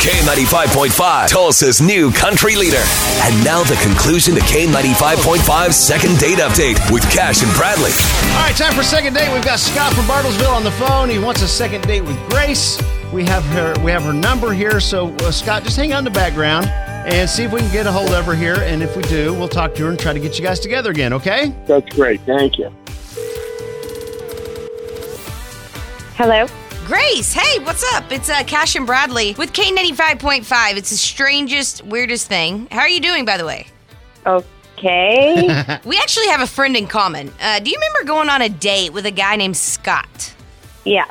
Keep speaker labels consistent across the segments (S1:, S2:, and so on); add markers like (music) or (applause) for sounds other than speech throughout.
S1: K95.5, Tulsa's new country leader. And now the conclusion to K95.5's second date update with Cash and Bradley.
S2: All right, time for second date. We've got Scott from Bartlesville on the phone. He wants a second date with Grace. We have her. We have her number here. So uh, Scott, just hang on in the background and see if we can get a hold of her here. And if we do, we'll talk to her and try to get you guys together again. Okay?
S3: That's great. Thank you.
S4: Hello.
S5: Grace, hey, what's up? It's uh, Cash and Bradley with K95.5. It's the strangest, weirdest thing. How are you doing, by the way?
S2: (laughs)
S4: Okay.
S5: We actually have a friend in common. Uh, do you remember going on a date with a guy named Scott?
S4: yeah.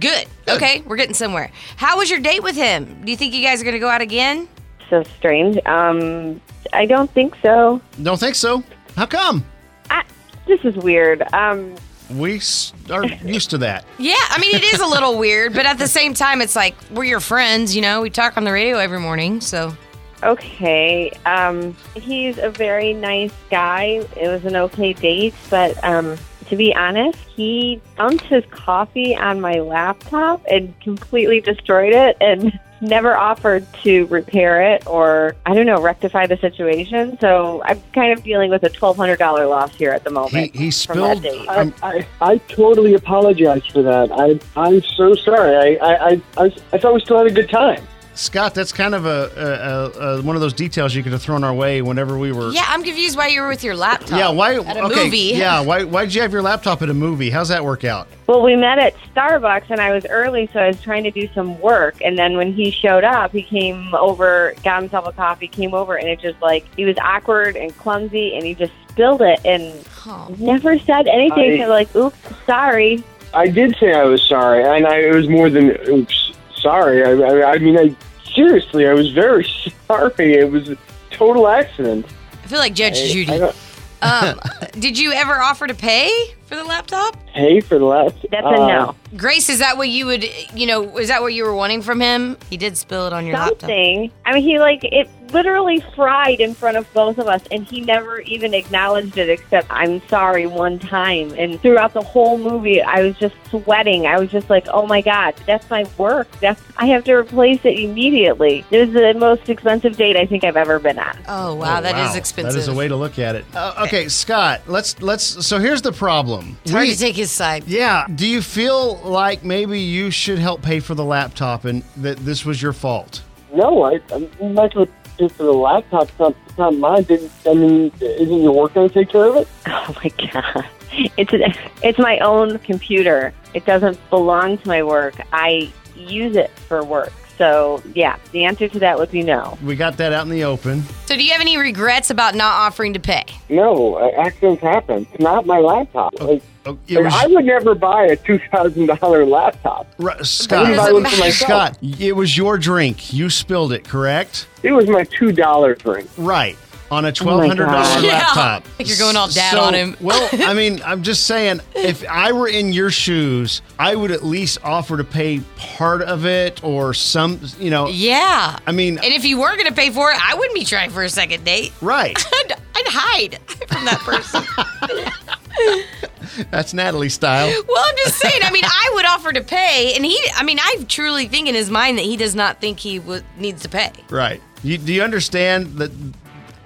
S5: Good. Okay, we're getting somewhere. How was your date with him? Do you think you guys are going to go out again?
S4: So strange. Um, I don't think so.
S2: Don't think so. How come?
S4: I, this is weird. Um,
S2: We s- are used to
S4: (laughs)
S2: that.
S5: Yeah, I mean, it is a little weird, but at the same time, it's like we're your friends, you know? We talk on the radio every morning, so.
S4: okay. Um, he's a very nice guy. It was an okay date, but um, to be honest, he dumped his coffee on my laptop and completely destroyed it and (laughs) never offered to repair it or, I don't know, rectify the situation. So I'm kind of dealing with a $1,200 loss here at the
S2: He
S4: moment.
S2: he
S4: from that
S2: spilled.
S4: date.
S2: um,
S3: I, I, I totally apologize for that. I, I'm so sorry. I, I, I, I, I thought we still had a good time.
S2: Scott, that's kind of a, a, a, a one of those details you could have thrown our way whenever we were.
S5: Yeah, I'm confused why you were with your laptop.
S2: Yeah, why?
S5: At a
S2: okay,
S5: movie.
S2: Yeah, why? Why'd you have your laptop at a movie? How's that work out?
S4: Well, we met at Starbucks, and I was early, so I was trying to do some work. And then when he showed up, he came over, got himself a coffee, came over, and it just like he was awkward and clumsy, and he just spilled it and
S5: (laughs) Oh.
S4: never said anything.
S3: I-
S4: So like, oops, sorry.
S3: I did say I was sorry, and I, it was more than oops, sorry. I, I, I mean, I seriously, I was very (laughs) sorry. It was a total accident.
S5: I feel like Judge
S3: I- I
S5: Judy.
S3: don't
S2: (laughs)
S5: Um, did you ever offer to pay for the laptop?
S3: pay for the last. uh,
S4: That's a no.
S5: Grace, is that what you would, you know, is that what you were wanting from him? He did spill it on your laptop.
S4: Something. I mean, he like it literally fried in front of both of us, and he never even acknowledged it except I'm sorry one time. And throughout the whole movie, I was just sweating. I was just like, oh my god, that's my work. That's I have to replace it immediately. It was the most expensive date I think I've ever been on.
S5: Oh, wow,
S2: Oh,
S5: that is
S2: wow.
S5: expensive.
S2: That is a way to look at it. Uh, okay, Scott, let's let's. So here's the problem.
S5: It's hard
S2: We-
S5: to take his side.
S2: yeah. Do you feel like maybe you should help pay for the laptop and that this was your fault?
S3: No, I, I'm not going to pay for the laptop. It's not, it's not mine. Didn't, I mean, isn't your work going to take care of it?
S4: (laughs) Oh my god, it's it's my own computer. It doesn't belong to my work. I use it for work. So yeah, the answer to that would be no.
S2: We got that out in the open.
S5: So, do you have any regrets about not offering to pay?
S3: No, uh, accidents happen. It's not my laptop. Like,
S2: Oh, it was-
S3: I would never buy a two thousand dollar laptop.
S2: Ru-
S3: I
S2: Scott,
S3: buy one for myself.
S2: Scott, it was your drink. You spilled it, correct?
S3: It was my two dollar drink.
S2: Right. On
S3: Oh
S2: a
S4: my
S2: twelve hundred dollar
S4: gosh.
S5: (laughs) Yeah.
S2: laptop.
S5: Like you're going all dad
S2: So-
S5: on him. (laughs)
S2: well, I mean, I'm just saying, if I were in your shoes, I would at least offer to pay part of it or some. You know,
S5: Yeah.
S2: I mean,
S5: And if you were going to pay for it, I wouldn't be trying for a second date. (laughs)
S2: right?
S5: I'd, I'd hide (laughs) from that person. (laughs)
S2: That's Natalie style.
S5: well, I'm just saying. I mean, I would offer to pay, and he. I mean, I truly think in his mind that he does not think he w- needs to pay.
S2: Right. You, do you understand that?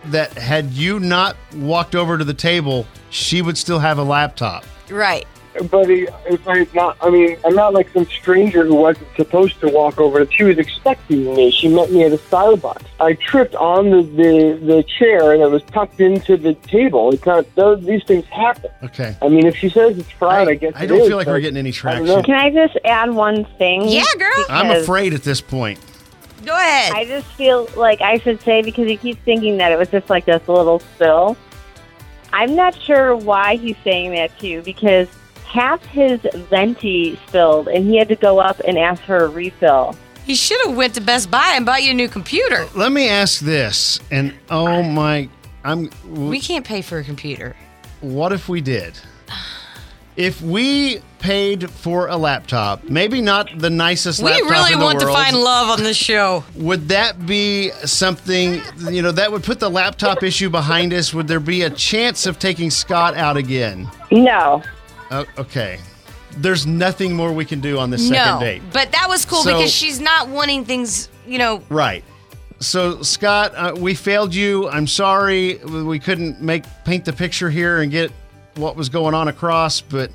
S2: That had you not walked over to the table, she would still have a laptop.
S5: Right.
S3: But it, if I'm not, I mean, I'm not like some stranger who wasn't supposed to walk over. She was expecting me. She met me at a Starbucks. I tripped on the the, the chair that was tucked into the table. It's not those, these things happen.
S2: Okay.
S3: I mean, if she says it's fraud, I,
S2: I-
S3: guess
S2: I
S3: it
S2: don't
S3: is,
S2: feel like
S3: but
S2: we're getting any
S3: I don't
S2: traction.
S3: know.
S4: Can I just add one thing?
S5: Yeah, girl.
S2: I'm
S4: Yes.
S2: afraid at this point.
S5: Go ahead.
S4: I just feel like I should say because he keeps thinking that it was just like this little spill. I'm not sure why he's saying that to you because half his venti spilled and he had to go up and ask for a refill.
S5: You should have went to Best Buy and bought you a new computer.
S2: Let me ask this, and oh my, I'm.
S5: We can't pay for a computer.
S2: What if we did? If we paid for a laptop, maybe not the nicest
S5: We
S2: laptop
S5: really
S2: in the
S5: want to
S2: world,
S5: find love on this show.
S2: would that be something you know that would put the
S5: (laughs)
S2: laptop issue behind us? Would there be a chance of taking Scott out again?
S4: No.
S2: Oh, okay, there's nothing more we can do on this (laughs) second
S5: no,
S2: date.
S5: but that was cool
S2: So-
S5: because she's not wanting things. You know,
S2: Right. So Scott, uh, we failed you. I'm sorry we couldn't make paint the picture here and get what was going on across, but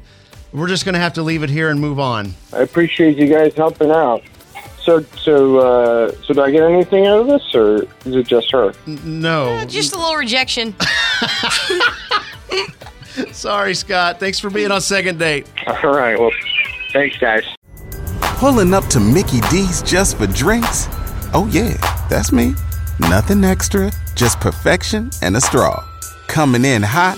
S2: we're just going to have to leave it here and move on.
S3: I appreciate you guys helping out. So, so, uh, so, do I get anything out of this, or is it just her?
S2: No,
S5: just a little rejection.
S2: sorry, Scott. Thanks for being on second date.
S3: All right. Well, thanks, guys.
S6: Pulling up to Mickey D's just for drinks? Oh, yeah, that's me. Nothing extra, just perfection and a straw. Coming in hot